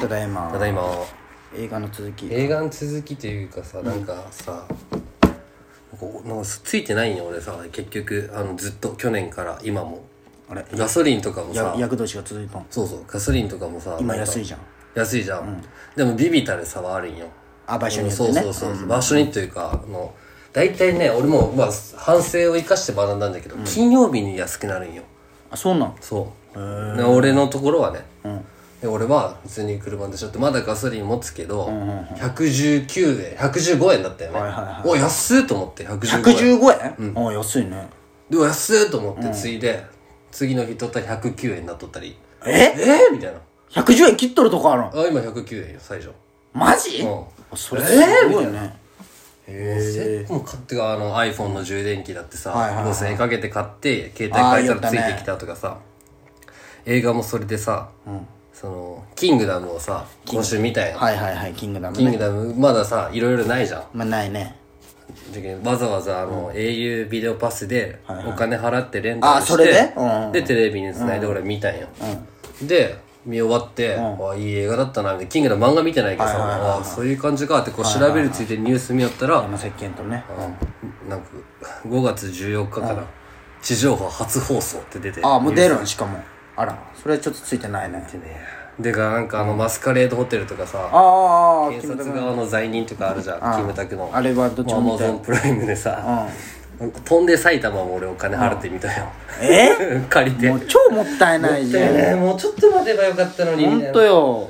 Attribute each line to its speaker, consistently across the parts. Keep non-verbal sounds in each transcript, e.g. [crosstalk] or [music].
Speaker 1: ただいま
Speaker 2: ただいま
Speaker 1: 映画の続き
Speaker 2: 映画の続きというかさなんかさこうなんかついてないよ俺さ結局あのずっと去年から今も
Speaker 1: あれ
Speaker 2: ガソリンとかも
Speaker 1: や
Speaker 2: さ
Speaker 1: 役年が続いたん
Speaker 2: そうそうガソリンとかもさ
Speaker 1: 今
Speaker 2: なんか
Speaker 1: 安いじゃん
Speaker 2: 安いじゃん、でもビビたる差はあるんよ
Speaker 1: あ場所によって
Speaker 2: そう
Speaker 1: ね
Speaker 2: そうそう、場所にというかあの大体ね俺も、まあ、反省を生かして学んだんだけど、金曜日に安くなるんよ
Speaker 1: あそうなん
Speaker 2: そうで俺のところはね、で俺は普通に車でしょってまだガソリン持つけど、119円115円だったよね、
Speaker 1: はいはいはい
Speaker 2: お安っと思って115円
Speaker 1: 115円、あ安いね
Speaker 2: でお安っと思ってついで、次の日取ったら109円になっとったり
Speaker 1: え
Speaker 2: えー、みたいな
Speaker 1: 110円切っとるとこあるん
Speaker 2: あ今109円よ最初
Speaker 1: マジ、
Speaker 2: うん
Speaker 1: あそれすごいね、
Speaker 2: せもう買ってあの iPhone の充電器だってさ、
Speaker 1: はいはいはい
Speaker 2: 5000円かけて買って携帯変えたら
Speaker 1: あー
Speaker 2: つ
Speaker 1: 言ったね
Speaker 2: いてきたとかさ、映画もそれでさ、そのキングダムをさ今週見たよ、
Speaker 1: はいはいはいキングダム
Speaker 2: キン
Speaker 1: ね
Speaker 2: グダムまださいろいろないじゃん
Speaker 1: まあないね
Speaker 2: わざわざあの、au ビデオパスでお金払ってレンタ
Speaker 1: あ
Speaker 2: ルして、
Speaker 1: それでうんうん
Speaker 2: でテレビに繋いで俺見たんよ、で見終わって、あいい映画だったなみたいなキングダム漫画見てないけどさ、あそういう感じかってこう調べるついでにニュース見よったら、
Speaker 1: 山石鹸とね
Speaker 2: なんか5月14日から地上波初放送って出て
Speaker 1: あもう出るんしかもあらそれちょっとついてないね
Speaker 2: でかなんかあのマスカレードホテルとかさ
Speaker 1: あーあーあー
Speaker 2: 警察側の罪人とかあるじゃんキムタクの
Speaker 1: あれはどっち
Speaker 2: ア
Speaker 1: も
Speaker 2: マ
Speaker 1: 見た
Speaker 2: ゾンプライムでさ飛んで埼玉も俺お金払ってみたよ
Speaker 1: え
Speaker 2: 借りて
Speaker 1: もう超もったいないじゃん
Speaker 2: ねもうちょっと待てばよかったのに
Speaker 1: ほ
Speaker 2: みたい
Speaker 1: ん
Speaker 2: な
Speaker 1: とよ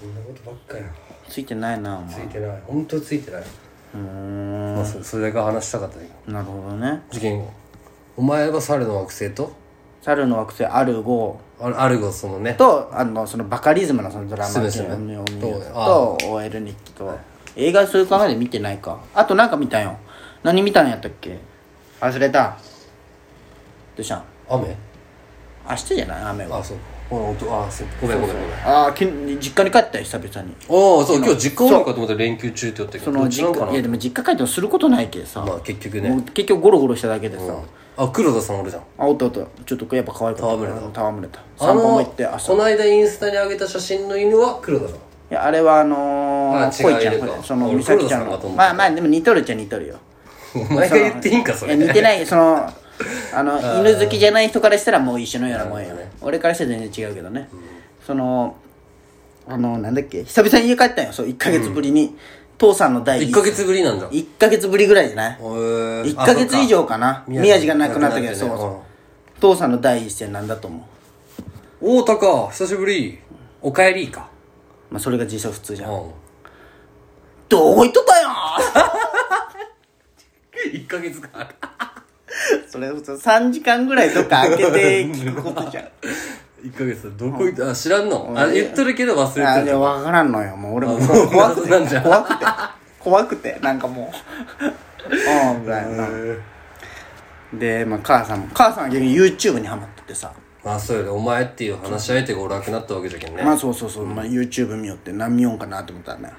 Speaker 2: そんなことばっかよ
Speaker 1: ついてないなお前
Speaker 2: ついてない本当ついてないう
Speaker 1: ー
Speaker 2: まあそそれだけ話したかったけど
Speaker 1: んなるほどね
Speaker 2: 事件後お前は猿の惑星と
Speaker 1: 猿の惑星アルゴ
Speaker 2: あアルゴそのね
Speaker 1: とあのそのバカリズムのそのドラマ
Speaker 2: そう
Speaker 1: の
Speaker 2: ですよね
Speaker 1: を見る
Speaker 2: そうねあ
Speaker 1: と OL 日記と映画そういう考えで見てないかあとなんか見たよ何見たんやったっけ忘れたどうしたん
Speaker 2: 雨
Speaker 1: 明日じゃない雨は
Speaker 2: あ、そう。ほら、音、あ、そう。ごめんごめんごめん。
Speaker 1: ああき実家に帰ったよ久々に
Speaker 2: おお、そう、今日実家おるのかと思って連休中って言ったけ
Speaker 1: そ
Speaker 2: ど、ど
Speaker 1: の
Speaker 2: っちな
Speaker 1: 実
Speaker 2: のか
Speaker 1: 家いや
Speaker 2: な
Speaker 1: でも実家帰ってもすることないけどさ、
Speaker 2: まあ結局
Speaker 1: も
Speaker 2: ね
Speaker 1: う。結局ゴロゴロしただけでさ、
Speaker 2: あ、黒田さんおるじゃん。
Speaker 1: あおったおったちょっとやっぱ可愛かった
Speaker 2: 戯れた
Speaker 1: 戯れた
Speaker 2: あ
Speaker 1: 散歩も行
Speaker 2: の、
Speaker 1: って明日
Speaker 2: この間インスタに上げた写真の犬は黒田さん。
Speaker 1: いやあれはあの
Speaker 2: あ
Speaker 1: ー、
Speaker 2: 違う
Speaker 1: 恋ちゃん
Speaker 2: 犬か
Speaker 1: ほれその
Speaker 2: 俺
Speaker 1: 美咲ちゃん
Speaker 2: 黒田さんかと
Speaker 1: の
Speaker 2: 思った
Speaker 1: まあまあでも似とるっちゃ似とるよ
Speaker 2: [laughs] お前が言っていいんか、そ
Speaker 1: い
Speaker 2: れ。
Speaker 1: や似てないそのあの犬好きじゃない人からしたらもう一緒のようなもんや
Speaker 2: なるほどね
Speaker 1: 俺からしたら全然違うけどね、そのあのなんだっけ久々に家帰ったんよそう1ヶ月ぶりに、父さんの第
Speaker 2: 1ヶ月ぶりなんだ。
Speaker 1: 1ヶ月ぶりぐらいじゃない
Speaker 2: 1
Speaker 1: 1ヶ月以上かな宮治が亡くなったけど
Speaker 2: そ
Speaker 1: そうう
Speaker 2: か
Speaker 1: そう父さんの第一声なんだと思う
Speaker 2: うん。大高、久しぶり。おかえりか。
Speaker 1: まあそれが実際普通じ
Speaker 2: う
Speaker 1: ゃ
Speaker 2: ん
Speaker 1: ん、。どこ行っとったよ
Speaker 2: 1ヶ月か。
Speaker 1: [laughs] それ普通3時間ぐらいどっか開けて聞くこと [laughs] じゃん
Speaker 2: 1ヶ月だどこ行ったあ、知らんのあ、言っとるけど忘れて
Speaker 1: あ
Speaker 2: る
Speaker 1: い。や分からんのよもう俺も
Speaker 2: もう
Speaker 1: 怖くて
Speaker 2: [laughs] なんじゃ
Speaker 1: 怖くて怖くてなんかもううんみたいなで、まあ、母さんも母さんは逆に YouTube にハマっててさ、
Speaker 2: まあそうよねお前っていう話し相手がおらんくなったわけじゃけんね
Speaker 1: まあそうそうそう、まあ、YouTube 見よって何見ようかなと思ったらね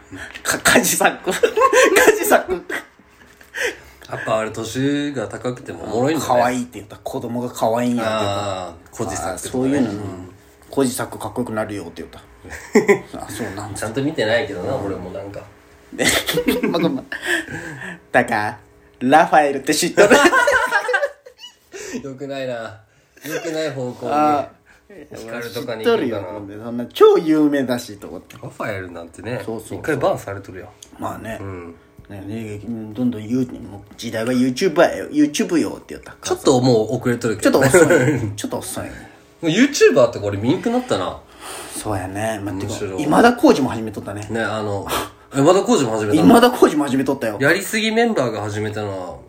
Speaker 1: かカジサッ
Speaker 2: [laughs]
Speaker 1: クカジサック
Speaker 2: やっぱあれ年が高くてもおもろいんだね
Speaker 1: 可愛
Speaker 2: い
Speaker 1: いって言ったら子供が可愛いんやって言った
Speaker 2: ああ小じさ
Speaker 1: あ
Speaker 2: んとか
Speaker 1: そういうの、うん、コジサックかっこよくなるよって言
Speaker 2: [laughs]
Speaker 1: ったあそうなん
Speaker 2: ちゃんと見てないけどな俺もなんか
Speaker 1: で、まあごめんだからラファエルって知っとる
Speaker 2: よくないなよくない方向
Speaker 1: あ
Speaker 2: に光
Speaker 1: 知
Speaker 2: とか
Speaker 1: っ
Speaker 2: に
Speaker 1: と
Speaker 2: 行
Speaker 1: る
Speaker 2: くか
Speaker 1: よ
Speaker 2: な
Speaker 1: ほんでそんな超有名だしと思って
Speaker 2: ラファエルなんてね
Speaker 1: そうそうそう
Speaker 2: 一回バンされとるやん
Speaker 1: まあね,、ねねどんどん言うもう時代は YouTuber よ YouTube よって言った
Speaker 2: ちょっともう遅れとるけ
Speaker 1: ちょっ
Speaker 2: ど
Speaker 1: と
Speaker 2: ね
Speaker 1: 遅い
Speaker 2: [laughs]
Speaker 1: ちょっと遅い
Speaker 2: もう YouTuber ってこれ見んくなったな
Speaker 1: そうやねまあ、てか
Speaker 2: 面白い
Speaker 1: 今田耕司も始めとったね
Speaker 2: ね
Speaker 1: [laughs]
Speaker 2: あの山田浩二も始めたの
Speaker 1: 今田耕司も始めとったよ
Speaker 2: やりすぎメンバーが始めたの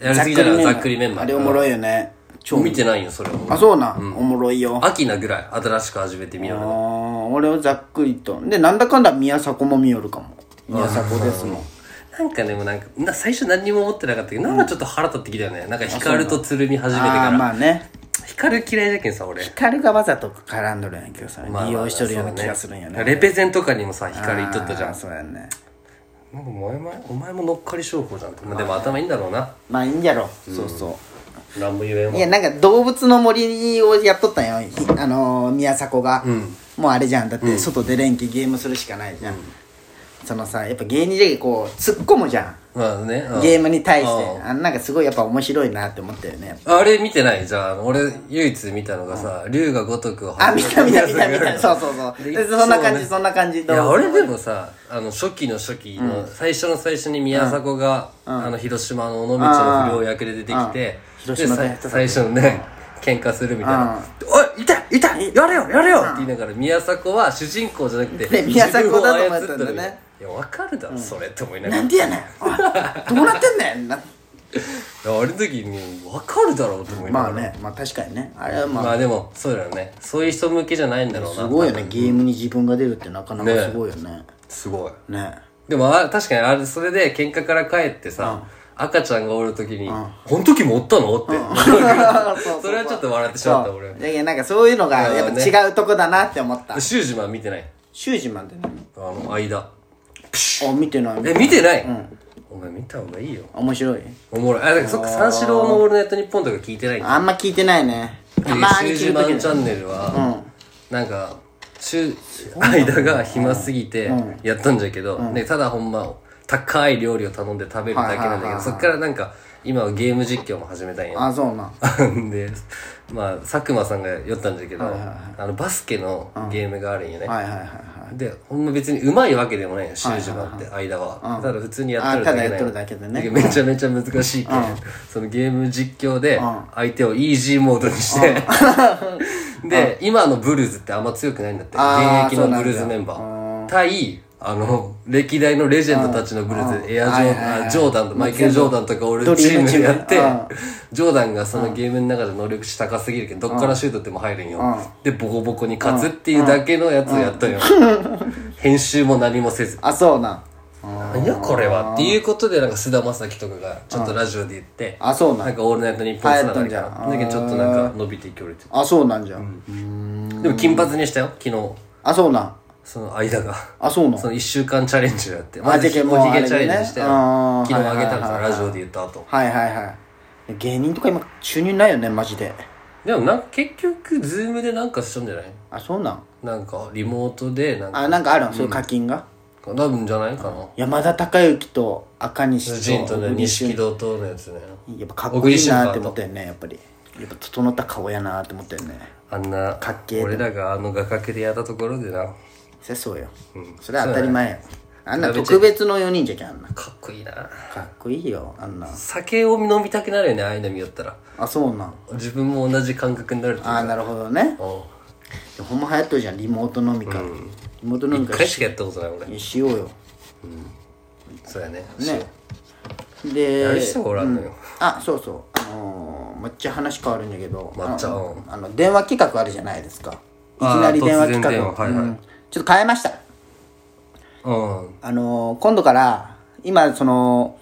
Speaker 2: はやりすぎじゃないざっくりメンバー
Speaker 1: あれおもろ
Speaker 2: い
Speaker 1: いよね超
Speaker 2: 見てないよそれ
Speaker 1: あ
Speaker 2: は
Speaker 1: そうな、おもろいよ
Speaker 2: 秋なぐらい新しく始めてみよう
Speaker 1: あー俺はざっくりとでなんだかんだ宮迫も見よるかも宮迫ですもん
Speaker 2: なんかでもなんかな最初何にも思ってなかったけどなんかちょっと腹立ってきたよねなんか光とつるみ始めて
Speaker 1: ああ
Speaker 2: か
Speaker 1: まあね
Speaker 2: ら光嫌いだけんさ俺
Speaker 1: 光がわざと絡んどるんやけどさ、
Speaker 2: まあ
Speaker 1: 利用しとるような気がす
Speaker 2: そう
Speaker 1: るんやね
Speaker 2: レペゼンとかにもさ光言っとったじゃん
Speaker 1: あーそうやね
Speaker 2: なんかお前もお前も乗っかり商法じゃんまあでも頭いいんだろうな
Speaker 1: まあいいんやろ、そうそう
Speaker 2: 何も言えんわ
Speaker 1: いや、なんか動物の森をやっとったんよ。ひあのー、宮迫が、
Speaker 2: ん
Speaker 1: もうあれじゃん。だって外出れんけゲームするしかないじゃん。そのさ、やっぱ芸人でこう、突っ込むじゃ。
Speaker 2: まあね、うんん
Speaker 1: ゲームに対して。
Speaker 2: うん
Speaker 1: あなんかすごいやっぱ面白いなって思ったよね。
Speaker 2: あれ見てないじゃあ俺唯一見たのがさ龍が如くを
Speaker 1: あ、見た見た見た見た。そうそうそう。
Speaker 2: で
Speaker 1: でそんな感
Speaker 2: そう
Speaker 1: じ、
Speaker 2: ね
Speaker 1: そんな感じ。
Speaker 2: いや
Speaker 1: どう
Speaker 2: 俺でもさあの初期の初期の最初の最初に宮迫が、あの広島の尾道の不良役で出てきて、
Speaker 1: うん
Speaker 2: で
Speaker 1: 広島で
Speaker 2: さ
Speaker 1: やってた
Speaker 2: 最初のね喧嘩するみたいな「
Speaker 1: うん
Speaker 2: でおい痛い痛いやれよやれよ!」って言いながら宮迫は主人公じゃなくて
Speaker 1: ね宮迫だと思ってたんだね
Speaker 2: 自分を操っるみたいないやわかるだろ、それって思いながら
Speaker 1: ないんでやねん。おいどうなってんねんな。
Speaker 2: やあれの時にわかるだろうと思いなが
Speaker 1: ま
Speaker 2: ら、
Speaker 1: あね、まあ確かにね。あれはまあ
Speaker 2: まあでもそうだよねそういう人向けじゃないんだろうな
Speaker 1: すごいよねゲームに自分が出るってなかなか
Speaker 2: ね
Speaker 1: すごいよね
Speaker 2: すごい
Speaker 1: ね
Speaker 2: でもあ確かにあれそれで喧嘩から帰ってさ、赤ちゃんがおる時に「この時もおったの?」って、 [laughs] それはちょっと笑ってしまった俺
Speaker 1: いやいやなんかそういうのがやっぱ違うとこだなって思った
Speaker 2: でシュージマン見てない
Speaker 1: 修士マンって何
Speaker 2: あの間
Speaker 1: あ見てない
Speaker 2: え見てない、お前見た方がいいよ
Speaker 1: 面白い
Speaker 2: おもろいあだからそっか三四郎の「オールナイトニッポン」とか聞いてないんだ
Speaker 1: あんま聞いてないねたま
Speaker 2: シュ
Speaker 1: に
Speaker 2: ー
Speaker 1: 聞
Speaker 2: ジ
Speaker 1: い
Speaker 2: マ
Speaker 1: て
Speaker 2: ン
Speaker 1: る
Speaker 2: チャンネルは、なんかシュ間が暇すぎてやったんじゃけど、ね、ただほんま高い料理を頼んで食べるだけなんだけど、そっからなんか今はゲーム実況も始めたんや
Speaker 1: あそうなん
Speaker 2: [laughs] で、まあ、佐久間さんが酔ったんだけど、あの、バスケのゲームがあるんよね。
Speaker 1: はいはいはいはい
Speaker 2: で、ほんま別にうまいわけでもないよ、シュージュマンって間は。ただ普通にやってるだけ
Speaker 1: あただや
Speaker 2: なん
Speaker 1: っとるだけでね
Speaker 2: めちゃめちゃ難しいけど、そのゲーム実況で、相手をイージーモードにして、 [laughs] で、今のブルーズってあんま強くないんだって。
Speaker 1: あー
Speaker 2: 現役のブルーズメンバー。対、あの、歴代のレジェンドたちのブルーズ、エアジョーダンあ、ジョーダンとマイケル・ジョーダンとか俺
Speaker 1: ドリ
Speaker 2: チ
Speaker 1: ー
Speaker 2: ー
Speaker 1: ム
Speaker 2: ム
Speaker 1: チー
Speaker 2: で
Speaker 1: ム
Speaker 2: やって
Speaker 1: うん、
Speaker 2: ジョーダンがそのゲームの中で能力値高すぎるけど、どっからシュートっても入るんよ。で、ボコボコに勝つっていうだけのやつをやったんよ。編集も何もせず。
Speaker 1: あそうなん
Speaker 2: 何やこれはっていうことで、なんか菅田将暉とかがちょっとラジオで言って、
Speaker 1: あそうな
Speaker 2: なん
Speaker 1: ん
Speaker 2: かオールナイトニッポンつながりか
Speaker 1: 流行った
Speaker 2: ら。
Speaker 1: んじ
Speaker 2: だ
Speaker 1: ゃん
Speaker 2: けどちょっとなんか伸びていけおれて。
Speaker 1: あそうなんじゃん
Speaker 2: でも金髪にしたよ、昨日。
Speaker 1: あそうなん
Speaker 2: その間が。
Speaker 1: あそうなん
Speaker 2: その一週間チャレンジをやって。まず
Speaker 1: じゃあ
Speaker 2: おひ
Speaker 1: もうあれでね
Speaker 2: げチャレンジして、
Speaker 1: あー
Speaker 2: 昨日あげたんです
Speaker 1: は
Speaker 2: よ、
Speaker 1: いはいはいはい
Speaker 2: ラジオで言った後。
Speaker 1: はいはいはい芸人とか今収入ないよねマジで
Speaker 2: でもなんか結局、ズームでなんかしたんじゃない
Speaker 1: あそうなん
Speaker 2: なんか、リモートで、なんか、
Speaker 1: あなんかあるんそういう課金が
Speaker 2: 多分じゃないかな。
Speaker 1: 山田孝之と赤西と
Speaker 2: ジンとね、
Speaker 1: 小栗旬
Speaker 2: 錦戸とのやつね。
Speaker 1: やっぱかっこいいなって思ったよねやっぱりやっぱ整った顔やなって思ったよね
Speaker 2: あんな
Speaker 1: かっけえ、な
Speaker 2: 俺らがあの画角でやったところでな、
Speaker 1: そりゃそうよ、それは当たり前よあんな
Speaker 2: 比べちゃ
Speaker 1: 特別の4人じゃけんあんな
Speaker 2: かっこいいな。
Speaker 1: かっこいいよあんな
Speaker 2: 酒を飲みたくなるよね、ああいうの見よったら。
Speaker 1: あそうなん
Speaker 2: 自分も同じ感覚になるという
Speaker 1: あ
Speaker 2: か
Speaker 1: あなるほどね
Speaker 2: うん
Speaker 1: でほんま流行っとるじゃんリモート飲み会、リモート飲み
Speaker 2: 一
Speaker 1: 会
Speaker 2: 回しかやったことない、俺。
Speaker 1: ししようよ
Speaker 2: そうやね。
Speaker 1: ね
Speaker 2: や
Speaker 1: で
Speaker 2: る人がおらんのよ。
Speaker 1: あそうそうあのー、めっちゃ話変わるんだけど
Speaker 2: 抹茶
Speaker 1: あの
Speaker 2: うん
Speaker 1: あの電話企画あるじゃないですかいき
Speaker 2: あー
Speaker 1: なり電話
Speaker 2: 突然
Speaker 1: 企画
Speaker 2: 電話はいはい
Speaker 1: うんちょっと変えました
Speaker 2: うん。
Speaker 1: あのー、今度から今その、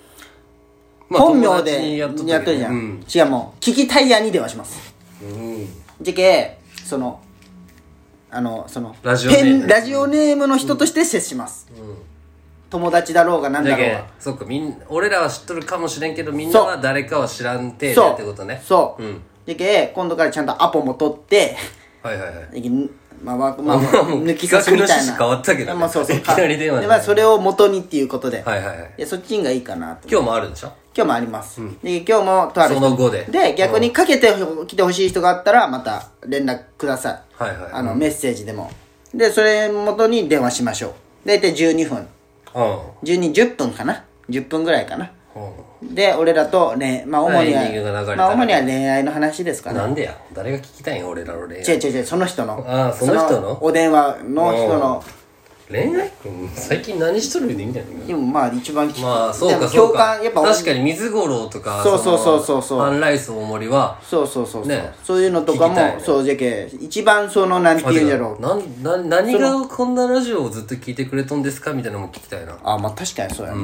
Speaker 2: まあ
Speaker 1: 本名
Speaker 2: 友達に
Speaker 1: で
Speaker 2: や
Speaker 1: やっ
Speaker 2: っと
Speaker 1: と
Speaker 2: っ
Speaker 1: ったた
Speaker 2: けど
Speaker 1: じゃん、
Speaker 2: うん
Speaker 1: 違うもう聞きタイヤに電話します
Speaker 2: うん。
Speaker 1: じゃけそのあのその
Speaker 2: ラジオネーム
Speaker 1: ペンラジオネームの人として接します、友達だろうがなん
Speaker 2: だ
Speaker 1: だろう
Speaker 2: け
Speaker 1: が
Speaker 2: そっかみん俺らは知っとるかもしれんけどみんなは誰かは知らん程度
Speaker 1: そ
Speaker 2: っ
Speaker 1: う
Speaker 2: てことね
Speaker 1: そう、
Speaker 2: ん
Speaker 1: じゃけ今度からちゃんとアポも取って
Speaker 2: はいはいはい
Speaker 1: まあ、まあ、まあ、
Speaker 2: もう
Speaker 1: 抜き差しみたい
Speaker 2: 企
Speaker 1: な。
Speaker 2: 画の趣旨変わったけどね
Speaker 1: まあ、そうそう。
Speaker 2: いきなり電話
Speaker 1: で、まあ、それを元にっていうことで。
Speaker 2: はいはいはい
Speaker 1: で、そっちがいいかなと。
Speaker 2: 今日もあるんでしょ
Speaker 1: 今日もあります。で、今日もとある人
Speaker 2: その後で
Speaker 1: で、逆にかけて来てほしい人があったら、また連絡ください。
Speaker 2: はいはい
Speaker 1: あの、メッセージでも。で、それ元に電話しましょう。だいたい12分。
Speaker 2: う
Speaker 1: 12、10分かな ?10 分ぐらいかな。
Speaker 2: ん、うん
Speaker 1: で、俺らと、ね、まあ、主に
Speaker 2: エンディングが流
Speaker 1: は、
Speaker 2: れたら
Speaker 1: まあ、主には恋愛の話ですかね。
Speaker 2: なんでや誰が聞きたいんや俺らの恋
Speaker 1: 違う
Speaker 2: 愛
Speaker 1: 違う違う、その人の。
Speaker 2: あーその人の
Speaker 1: お電話の人の。
Speaker 2: 恋愛うん最近何しとるでいいんじゃない
Speaker 1: でもまあ一番聞く
Speaker 2: まあそう
Speaker 1: で
Speaker 2: か
Speaker 1: も
Speaker 2: そう
Speaker 1: 共
Speaker 2: か
Speaker 1: 感やっぱ
Speaker 2: 確かに水五郎とか
Speaker 1: そうそう
Speaker 2: の
Speaker 1: そうそうそう
Speaker 2: ハンライス大森は
Speaker 1: そうそうそうそう、
Speaker 2: ね
Speaker 1: そういうのとかも、
Speaker 2: 聞きたいね
Speaker 1: そうじゃけ一番そのなんて言うんだろう
Speaker 2: なんな何がこんなラジオをずっと聞いてくれとんですかみたいなのも聞きたいな
Speaker 1: あまあ確かにそうやね、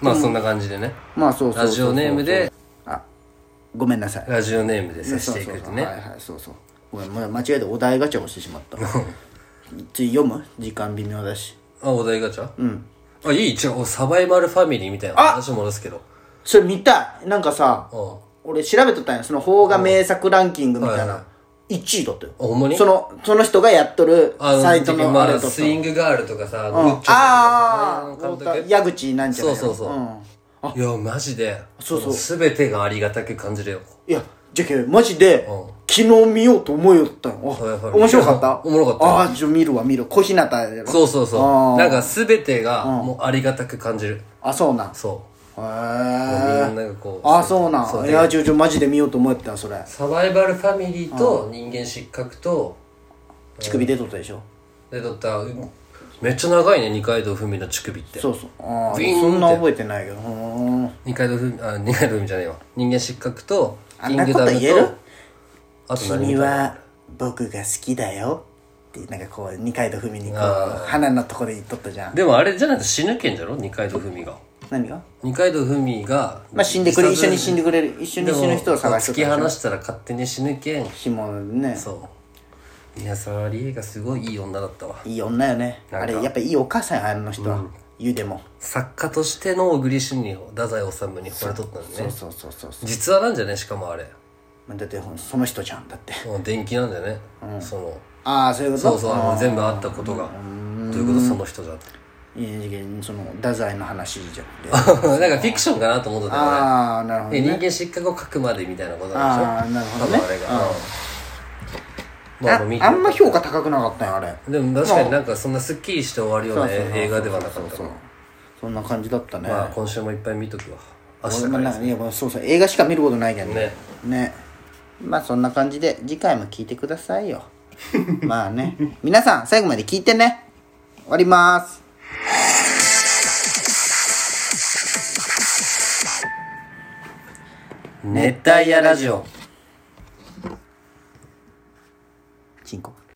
Speaker 2: まあそんな感じでね
Speaker 1: まあそうそうそう
Speaker 2: ラジオネームで
Speaker 1: あごめんなさい
Speaker 2: ラジオネームで接していく
Speaker 1: そう
Speaker 2: と
Speaker 1: そう
Speaker 2: ね
Speaker 1: はいはいそうそうごめんもう間違えてお題ガチャをしてしまった次読む時間微妙だし
Speaker 2: あ、お題ガチャうん。あ、いいじゃあ、サバイバルファミリーみたいな話戻すけど。
Speaker 1: それ見たいなんかさ
Speaker 2: う
Speaker 1: 俺調べとったんやその邦画名作ランキングみたい
Speaker 2: はいは
Speaker 1: な、一1位だったよ
Speaker 2: あほんまに
Speaker 1: そのその人がやっとる
Speaker 2: あの
Speaker 1: サイトの
Speaker 2: ま
Speaker 1: あれ
Speaker 2: あ
Speaker 1: とった
Speaker 2: スイングガールとか
Speaker 1: う
Speaker 2: さ、
Speaker 1: ん
Speaker 2: グッチョとか
Speaker 1: あ
Speaker 2: あ
Speaker 1: あ
Speaker 2: の監督
Speaker 1: 矢口なんちゃらや
Speaker 2: そうそうそうんいやマジで
Speaker 1: そうそう
Speaker 2: すべてがありがたく感じるよ
Speaker 1: いやじゃけマジで、
Speaker 2: うん
Speaker 1: 昨日見ようと思いよったよ、あ
Speaker 2: はいはい
Speaker 1: 面白かった
Speaker 2: おもろかった
Speaker 1: ああじゃあ見るわ見る小日向やろ
Speaker 2: そうそうそ
Speaker 1: あ
Speaker 2: う
Speaker 1: ー
Speaker 2: なんかすべてがもうありがたく感じる
Speaker 1: あそうなんへ
Speaker 2: そ
Speaker 1: え
Speaker 2: うみん
Speaker 1: あ
Speaker 2: ながこう
Speaker 1: あそうなん
Speaker 2: そう
Speaker 1: いやちょちょマジで見ようと思ってたそれ
Speaker 2: サバイバルファミリーと人間失格と
Speaker 1: 乳首出とったでしょ
Speaker 2: で撮ったうんめっちゃ長いね二階堂ふみの乳首って
Speaker 1: そうそうああ
Speaker 2: ウィーンって
Speaker 1: そんな覚えてないけどうーん
Speaker 2: 二階堂ふみあ二階堂ふみじゃないわ人間失格と
Speaker 1: あ
Speaker 2: キ
Speaker 1: ん
Speaker 2: ン
Speaker 1: な
Speaker 2: グ
Speaker 1: こと
Speaker 2: ダム
Speaker 1: 言える
Speaker 2: とあと何
Speaker 1: 君は僕が好きだよってなんかこう二階堂ふみにこう
Speaker 2: あ
Speaker 1: 花のとこで言っとったじゃん
Speaker 2: でもあれじゃないと死ぬけんじゃろ二階堂ふみが
Speaker 1: 何が
Speaker 2: 二階堂ふみが
Speaker 1: まあ死んでくれ一緒に死ん
Speaker 2: で
Speaker 1: でくれる一緒に死ぬ人を探し
Speaker 2: 突
Speaker 1: と
Speaker 2: き
Speaker 1: った
Speaker 2: 放したら勝手に死ぬけん
Speaker 1: ひもね
Speaker 2: そういやサラリーがすごいいい女だったわ
Speaker 1: いい女よね
Speaker 2: なん
Speaker 1: あ
Speaker 2: か
Speaker 1: れやっぱいいお母さんやあの人は、言うでも
Speaker 2: 作家としての小栗旬に太宰治に惚れとったんだ
Speaker 1: そう
Speaker 2: ね
Speaker 1: そうそうそうそ
Speaker 2: 実話なんじゃねしかもあれ
Speaker 1: うだってその人じゃんだって
Speaker 2: うん電気なんじゃねその
Speaker 1: ああそういうこと
Speaker 2: そうそうあの全部あったことがということその人じゃん
Speaker 1: いい次元その太宰の話じゃん
Speaker 2: なん [laughs] かフィクションかなと思ってたよね
Speaker 1: ああなるほど
Speaker 2: で人
Speaker 1: ね
Speaker 2: 間失格を書くまでみたいなこと
Speaker 1: あ
Speaker 2: な
Speaker 1: あ
Speaker 2: んでしょ
Speaker 1: なるほどね
Speaker 2: 多分あれがうんまあ
Speaker 1: あ
Speaker 2: まあ見て
Speaker 1: あんま評価高くなかったよあれ
Speaker 2: でも確かになんかそんなスッキリして終わるような映画ではなかったから
Speaker 1: そんな感じだったね、
Speaker 2: まあ今週もいっぱい見とくわ明
Speaker 1: 俺
Speaker 2: 日
Speaker 1: も
Speaker 2: から
Speaker 1: なんかねもうそうそう映画しか見ることないけど
Speaker 2: ね
Speaker 1: ねねまあそんな感じで次回も聞いてくださいよまあね皆さん最後まで聞いてね終わります
Speaker 2: 熱帯夜ラジオ